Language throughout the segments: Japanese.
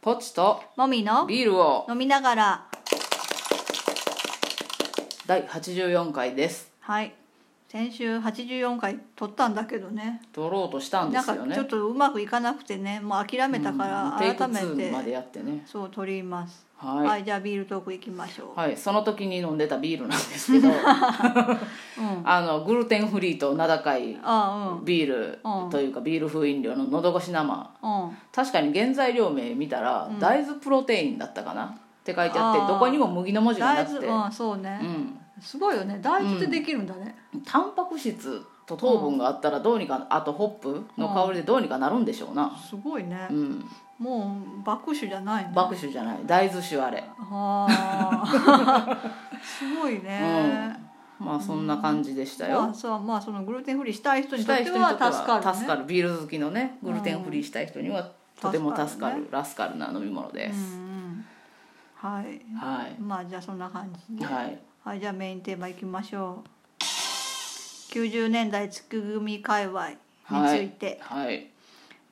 ポチともみのビールを飲みながら第84回ですはい先週84回撮ったんだけどね撮ろうとしたんでなんすかよねちょっとうまくいかなくてねもう諦めたからテイク改め2までてやってねそう撮りますは、はいい、はいじゃあビールトーク行きましょその時に飲んでたビールなんですけど ううんあのグルテンフリーと名高いあビールうんというかビール風飲料ののどごし生あうんうん確かに原材料名見たら、大豆プロテインだったかなって書いてあってあーどこにも麦の文字がな大くて豆うんそうね、うんすごいよね大豆ってできるんだね、タンパク質と糖分があったらどうにかあとホップの香りでどうにかなるんでしょうなすごいねう、んもう爆酒じゃないね爆酒じゃない大豆酒あれはあ すごいね、まあそんな感じでしたよまあそうまあそのグルテンフリーしたい人にしとったいて人にとはっては助かる、ね、助かるビール好きのねグルテンフリーしたい人にはとても助助かかるるラスカルな飲み物でうんうすんはいはいまあじゃあそんな感じではいはいじゃあメインテーマいきましょう90年代月組界隈について、はい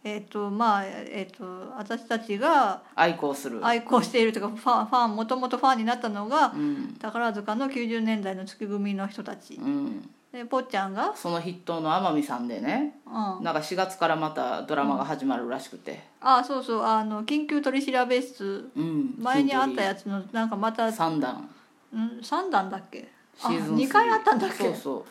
えっ、とまあえっ、と私たちが愛好する愛好しているというかファンファンもともとファンになったのがうん宝塚の90年代の月組の人たちうんでぽっちゃんが、その筆頭の天海さんでねうん、あなんか4月からまたドラマが始まるらしくてあそうそうあの緊急取調べ室うん前にあったやつのなんかまた3段うん3段だっけシあーズン2回あったんだっけそうそう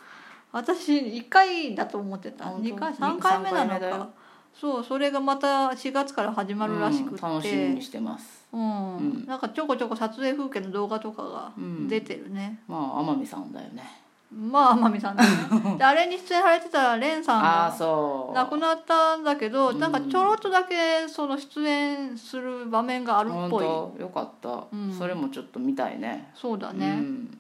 私1回だと思ってた本当2回に3回目三な回目だのかよそうそれがまた4月から始まるらしくうん楽しみにてしてますうん、うんなんかちょこちょこ撮影風景の動画とかがうん出てるね、まあ天海さんだよねまあ天海さんだ ねであれに出演されてた蓮さんああがそう亡くなったんだけどうんなんかちょろっとだけその出演する場面があるっぽい本当よかった、うんそれもちょっと見たいねそうだうね、ん、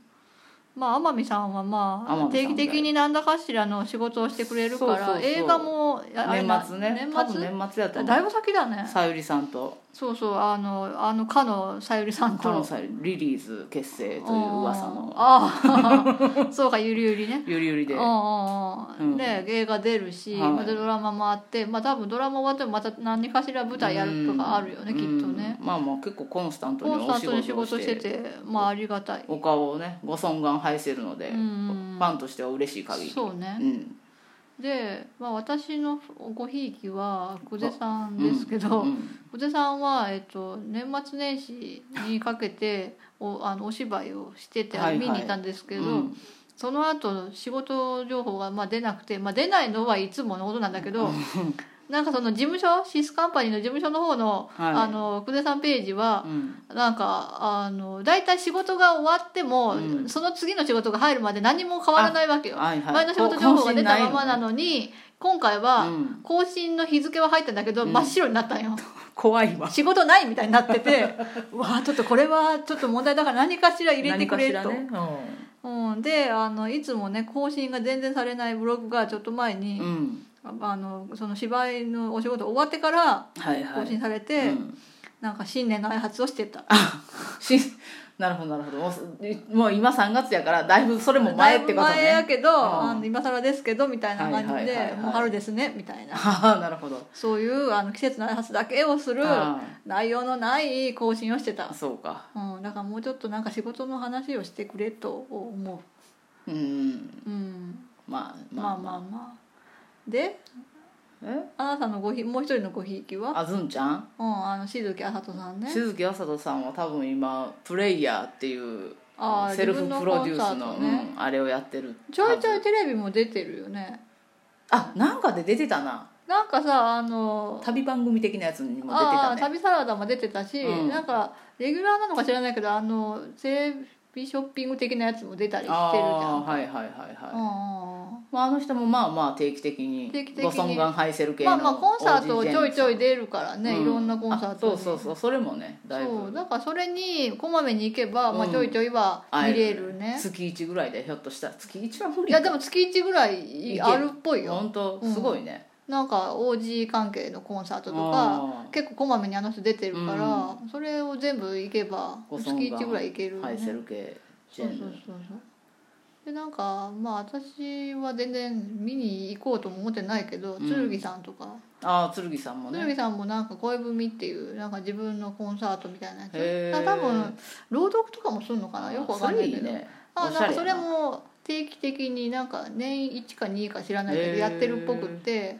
まあ天海さんはまあ天海定さん期だよ的に何らかしらの仕事をしてくれるかそらうそうそう映画もやあれな年末ね多年分末年末やと思だいぶ先だねうさゆりさんとそうそうあのあのかのさゆりさんと彼のさゆりリリーズ結成という噂うんのああ そうかゆりゆりねゆりゆりうでんうんううんんで映画出るし、はいまたドラマもあってまあ多分ドラマ終わってもまた何かしら舞台やるとかあるよね、うんきっとね、うんまあまあ結構コンスタントコにンスタおントに仕仕事を事ししてててまあありがたい、お顔をねご尊顔拝せるので、うんファンとしては嬉しい限りそうね、うんで、まあ、私のごひいきは久世さんですけど、うんうん久世さんは、えっと、年末年始にかけておあのお芝居をしててあはいはれい見に行ったんですけど、うんその後仕事情報がまあ出なくて、まあ、出ないのはいつものことなんだけど。なんかその事務所シスカンパニーの事務所の方の,、はいあの久世さんページはうんなんかあの大体仕事が終わっても、うんその次の仕事が入るまで何も変わらないわけよはいはい前の仕事情報が出たままなのに今回うは ん更新の日付は入ったんだけどうん真っ白になったんよ、怖いわ仕事ないみたいになってて うわあちょっとこれはちょっと問題だから何かしら入れてくれる何と、かしらねうん、であのいつもね更新が全然されないブログがちょっと前うんに、うんあのその芝居のお仕事終わってからはいは更い新されて、うんなんか新年の挨拶をしてたし なるほどなるほどもうすもう今3月やからだいぶそれも前ってことだいぶ前やねけど、うんあの今更ですけどみたいな感じで、はいはいはいはいもう春ですねみたいなああなるほどそういうあの季節の挨拶だけをするあ内容のない更新をしてたあ、そうかうん、だからもうちょっとなんか仕事の話をしてくれと思うんう、うん、まあままああまあままあであえあなたのごひもう一人のごひいきはあずんちゃんうんあの静木あさとさんね静木あさとさんは多分今プレイヤーっていうあーセルフプロデュース自分ののコンサートねうんあれをやってるちょいちょはいテレビも出てるよねあなんかで出てたななんかさあの旅番組的なやつにも出てあたーね旅サラダも出てたし、うんなんかレギュラーなのか知らないけどあのテレビショッピング的なやつも出たりしてるじゃあんーはいはいはいはいうんうんうんまあ、あの人もまあまあ定期的に定期的にご尊願拝せる系のまあまあコンサートをちょいちょいで出るからね、いろんなコンサートにそうそうそうそれもねだいそうぶだからそれにこまめに行けば、まあ、うんちょいちょいは見れるね、月1ぐらいでひょっとしたら月1は無理いやでも月1ぐらいあるっぽいよ本当うんすごいね、なんか OG 関係のコンサートとかあー結構こまめにあの人出てるから、それを全部行けばご月尊願1ぐらい行ける、ハイセね、ル系ジそうェそンうそヌうそうでなんかまあ私は全然見に行こうとも思ってないけど、うん剣さんとかああ剣さんも鶴ね見さんもなんか恋文っていうなんか自分のコンサートみたいなやへつーだから多分朗読とかもするのかなよくわかんないけそどれいいねあおしゃなんかれそれやなも定期的になんか年1か2か知らないけへどーやってるっぽくって、うん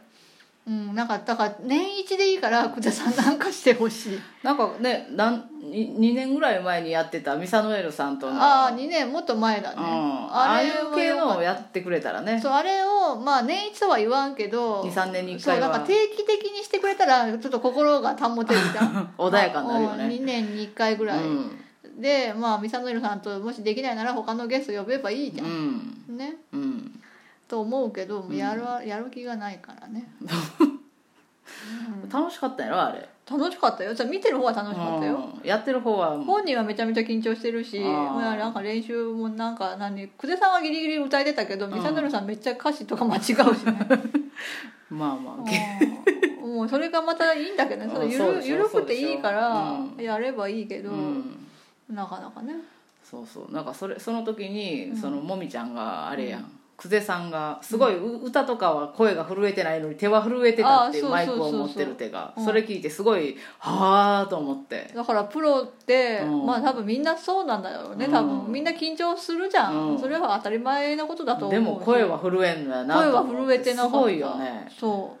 なんかだから年1でいいから久田さんなんかしてほしいなんかねなん2年ぐらい前にやってたミサノエルさんとのああ2年もっと前だね、うん、ああいはう系よかっのたをやってくれたらねそうあれをまあ年一とは言わんけど23年に1そ回うなんかは定期的にしてくれたらちょっと心が保てるじゃん 穏やかになるよね、 2年に1回ぐらい、うんでまあミサノエルさんともしできないなら他のゲスト呼べばいいじうゃんん、ねうんと思うけどやる,、やる気がないからね楽しかったやろあれ楽しかったよじゃあ見てる方は楽しかったよ、うんやってる方は本人はめちゃめちゃ緊張してるし、あーまあ、なんか練習もなんか何久世さんはギリギリ歌えてたけどミサノエルさんめっちゃ歌詞とか間違うしね、まあまあ、うんもうそれがまたいいんだけどうねんそのゆそうでるしょゆるくていいからそうでやればいいけど、うんなかなかねそうそうなんかそれその時に、そのもみちゃんがあれやん、久世さんがすごい、う歌とかは声が震えてないのに手は震えてたっていうあーそうそうそうそうマイクを持ってる手がうんそれ聞いてすごいはあと思って、だからプロって、うんまあ多分みんなそうなんだよねうん多分みんな緊張するじゃん、うんそれは当たり前なことだと思うでも声は震えんのやな声とは思震えてなかったすごいよねそう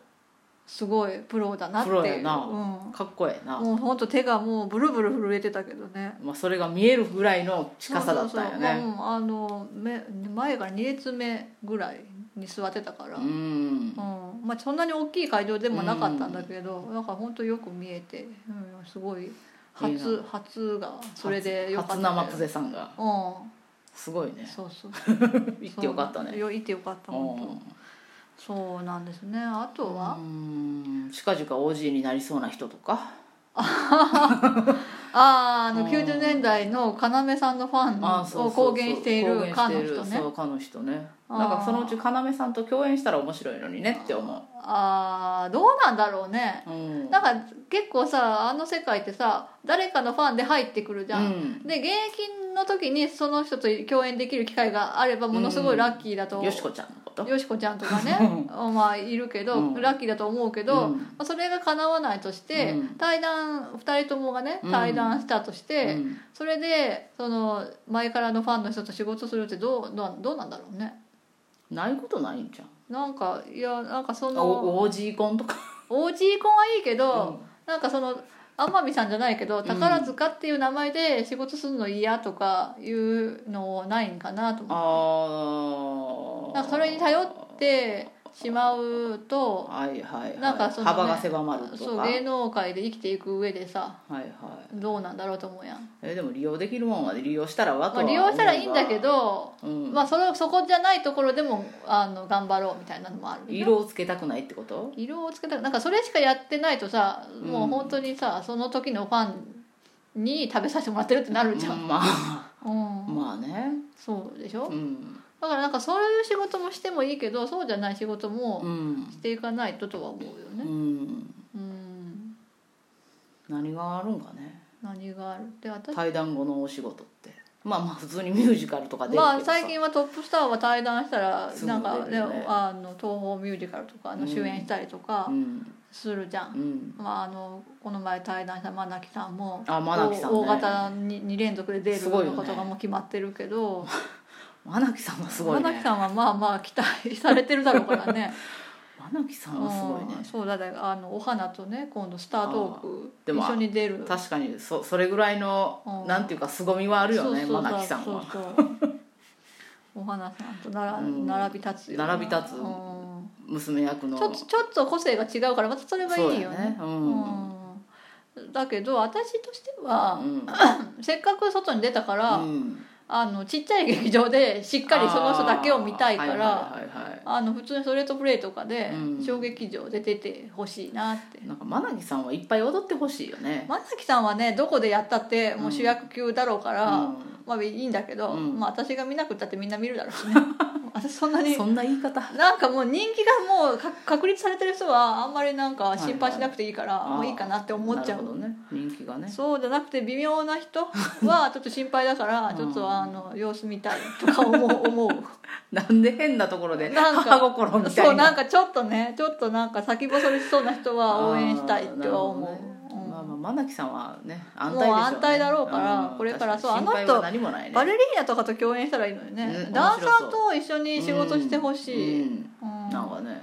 すごいプロだなってプロいやう、なうんかっこええな、もう本当手がもうブルブル震えてたけどねまあ、それが見えるぐらいの近さだったよねそうそうそうまあうんあの目前から2列目ぐらいに座ってたから、うんうんまあ、そんなに大きい会場でもなかったんだけど、なんか本当よく見えて、うん、すごい初いいな初がそれでよかった初んだよ生久世さんがうすごいん ねそうそう行ってよかったねよ行ってよかったう本ん当そうなんですねあとはう、ん近々 OG になりそうな人とかあああのうん90年代の要さんのフあーァンそうそをうそう公言している公言かしのている人ねそうかの人ねあーなんかそのうち要さんと共演したら面白いのにねって思ああどうなんだろうねううんなんか結構さあの世界ってさ誰かのファンで入ってくるじゃ、うんんで現役の時にその人と共演できる機会があればものすごいラッキーだと、よしこちゃんのことよしこちゃんと かねまあいるけど、うんラッキーだと思うけど、うんまあ、それが叶わないとして、うん対談2人ともがねうん対談したとして、うんそれでその前からのファンの人と仕事するってどうどうどうなんだろうねないことないんじゃんなんかいやなんかそのお OG 婚 とか OG 婚はいいけど、うんなんかその天海さんじゃないけど宝塚っていう名前で仕事するの嫌とかいうのないんかなと思ってああなんかそれに頼ってしまうとはいはいはいなんかそのね幅が狭まるとかそうはい芸能界で生きていく上でさはいどうなんだろうと思うやん、えでも利用できるもんは利用したらわとまあ、は思利うが用したらいいんだけど、うんまあ、それそこじゃないところでもあの頑張ろうみたいなのもあるでしょ色をつけたくないってこと色をつけたなんかそれしかやってないとさもう本当にさその時のファンに食べさせてもらってるってなるじゃん、まあ うんまあねそうでしょ、うんだからなんかそういう仕事もしてもいいけどそうじゃない仕事うもん、していかないととは思うようねん、うん何があるんかね何があるって私対談後のお仕事ってまあまあ普通にミュージカルとか出るけどさまあ最近はトップスターは対談したらすぐなんか出るねよねあの東宝ミュージカルとかの主演したりとかうんするじゃん、うんまあ、あのこの前対談した真木さんもあ真木さんね大大型に2連続で出るすごいよねことがもう決まってるけど、真木さんは すごい真ね木さんはまあまあ期待されてるだろうからね真木さんはすごいうんねそうだねあのお花とね今度スタートでークも一緒に出る確かにそそれぐらいの、うんなんていうか凄みはあるよねそうそう真木さんはそうそうお花さんとなら、うん並び立つよな並び立つうん娘役のちょっとちょっと個性が違うからまたそれはいいそよねうだねうんうんだけど私としては、うんせっかく外に出たから、うんあのちっちゃい劇場でしっかりその人だけを見たいからあ、あーはいはいはいはの普通にストレートプレイとかでうん小劇場で出てほしいなって、いなんか真木さんはいっぱい踊ってほしいよね、松崎さんはねどこでやったってもう主役級だろうから、うんまあいいんだけど、うん まあ私が見なくったってみんな見るだろうしね私そんなにそんな言い方なんかもう人気がもうか確立されてる人はあんまりなんか心配しなくていいから、はいはいもういいかなって思っちゃうなるほどね人気がねそうじゃなくて微妙な人 はちょっと心配だから、うんちょっとあの様子見たいとか 思う思うなんで変なところでなんか母心みたいなそうなんかちょっとねちょっとなんか先細りしそうな人は応援したいっては思う、あーなるほどねうんまあまあ真木さんはね安泰でしょうもうね安泰だろうからんこれからそう確にあの人心配は何もないねバレリーナとかと共演したらいいのにね、うんダンサーと一緒に仕事してほしい、ううんんうんなんかね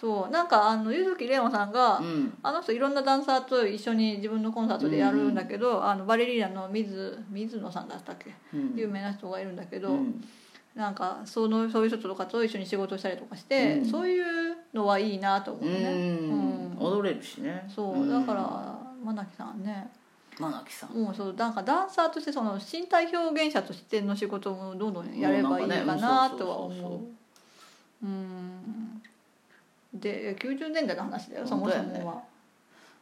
そうなんかあの柚木玲央さんが、うんあの人いろんなダンサーと一緒に自分のコンサートでやるんだけど、あのバレリーナの水水野さんだったっけ、うん有名な人がいるんだけど、うんなんかそのそういう人とかと一緒に仕事したりとかして、うんそういうのはいいなと思ううね、んうん踊れるしねそうだから真木さんね真木さんもうそうなんかダンサーとしてその身体表現者としての仕事もどんどんやればいいかもうななんかねとはうんそうそうそ思うううんで90年代の話だよそ本も当そやねもは、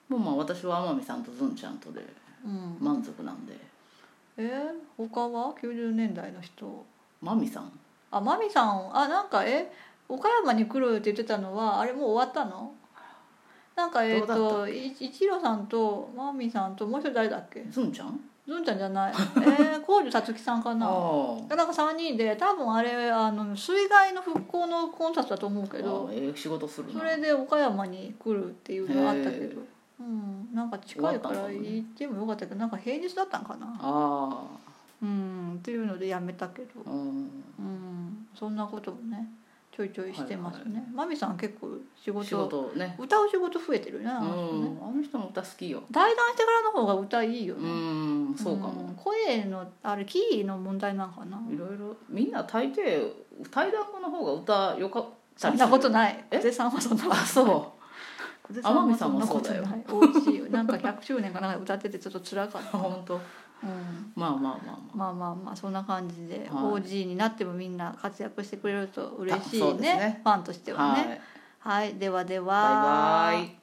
もうまあ私は天海さんとずんちゃんとでうん満足なんでえー、他は90年代の人真美さんあマミさんあなんかえ岡山に来るって言ってたのはあれもう終わったのなんかえっ、どうだとい一郎さんとマミさんともう一人誰だっけずんちゃんずんちゃんじゃ ないえー、浩二さつきさんかあなーなんか3人で多分あれあの水害の復興のコンサートだと思うけあどーええ仕事するなそれで岡山に来るっていうのがあったけへど、うん、なんか近いか終わらったのかもね行ってもよかったけどなんか平日だったんかなあうんっていうのでやめたけどあうんうん、そんなこともねちょいちょいしてますね、マミさん結構仕事仕事ね歌う仕事増えてるねあうんの人ねあの人の歌好きよ対談してからの方が歌いいようね、んそうかんも声のあれキーの問題なんかないろいろみんな大抵対談後の方が歌よかったそんりなことないえ久世さんはそんなあそ久世さんはそんなこと天海さんない美味しいよ なんか100周年かなんか歌っててちょっと辛かっう た、本当うん、まあまあまあままあまあまあそんな感じで、はい OG になってもみんな活躍してくれると嬉しいあそうねですねファンとしてはねいはい、ではではバイバイ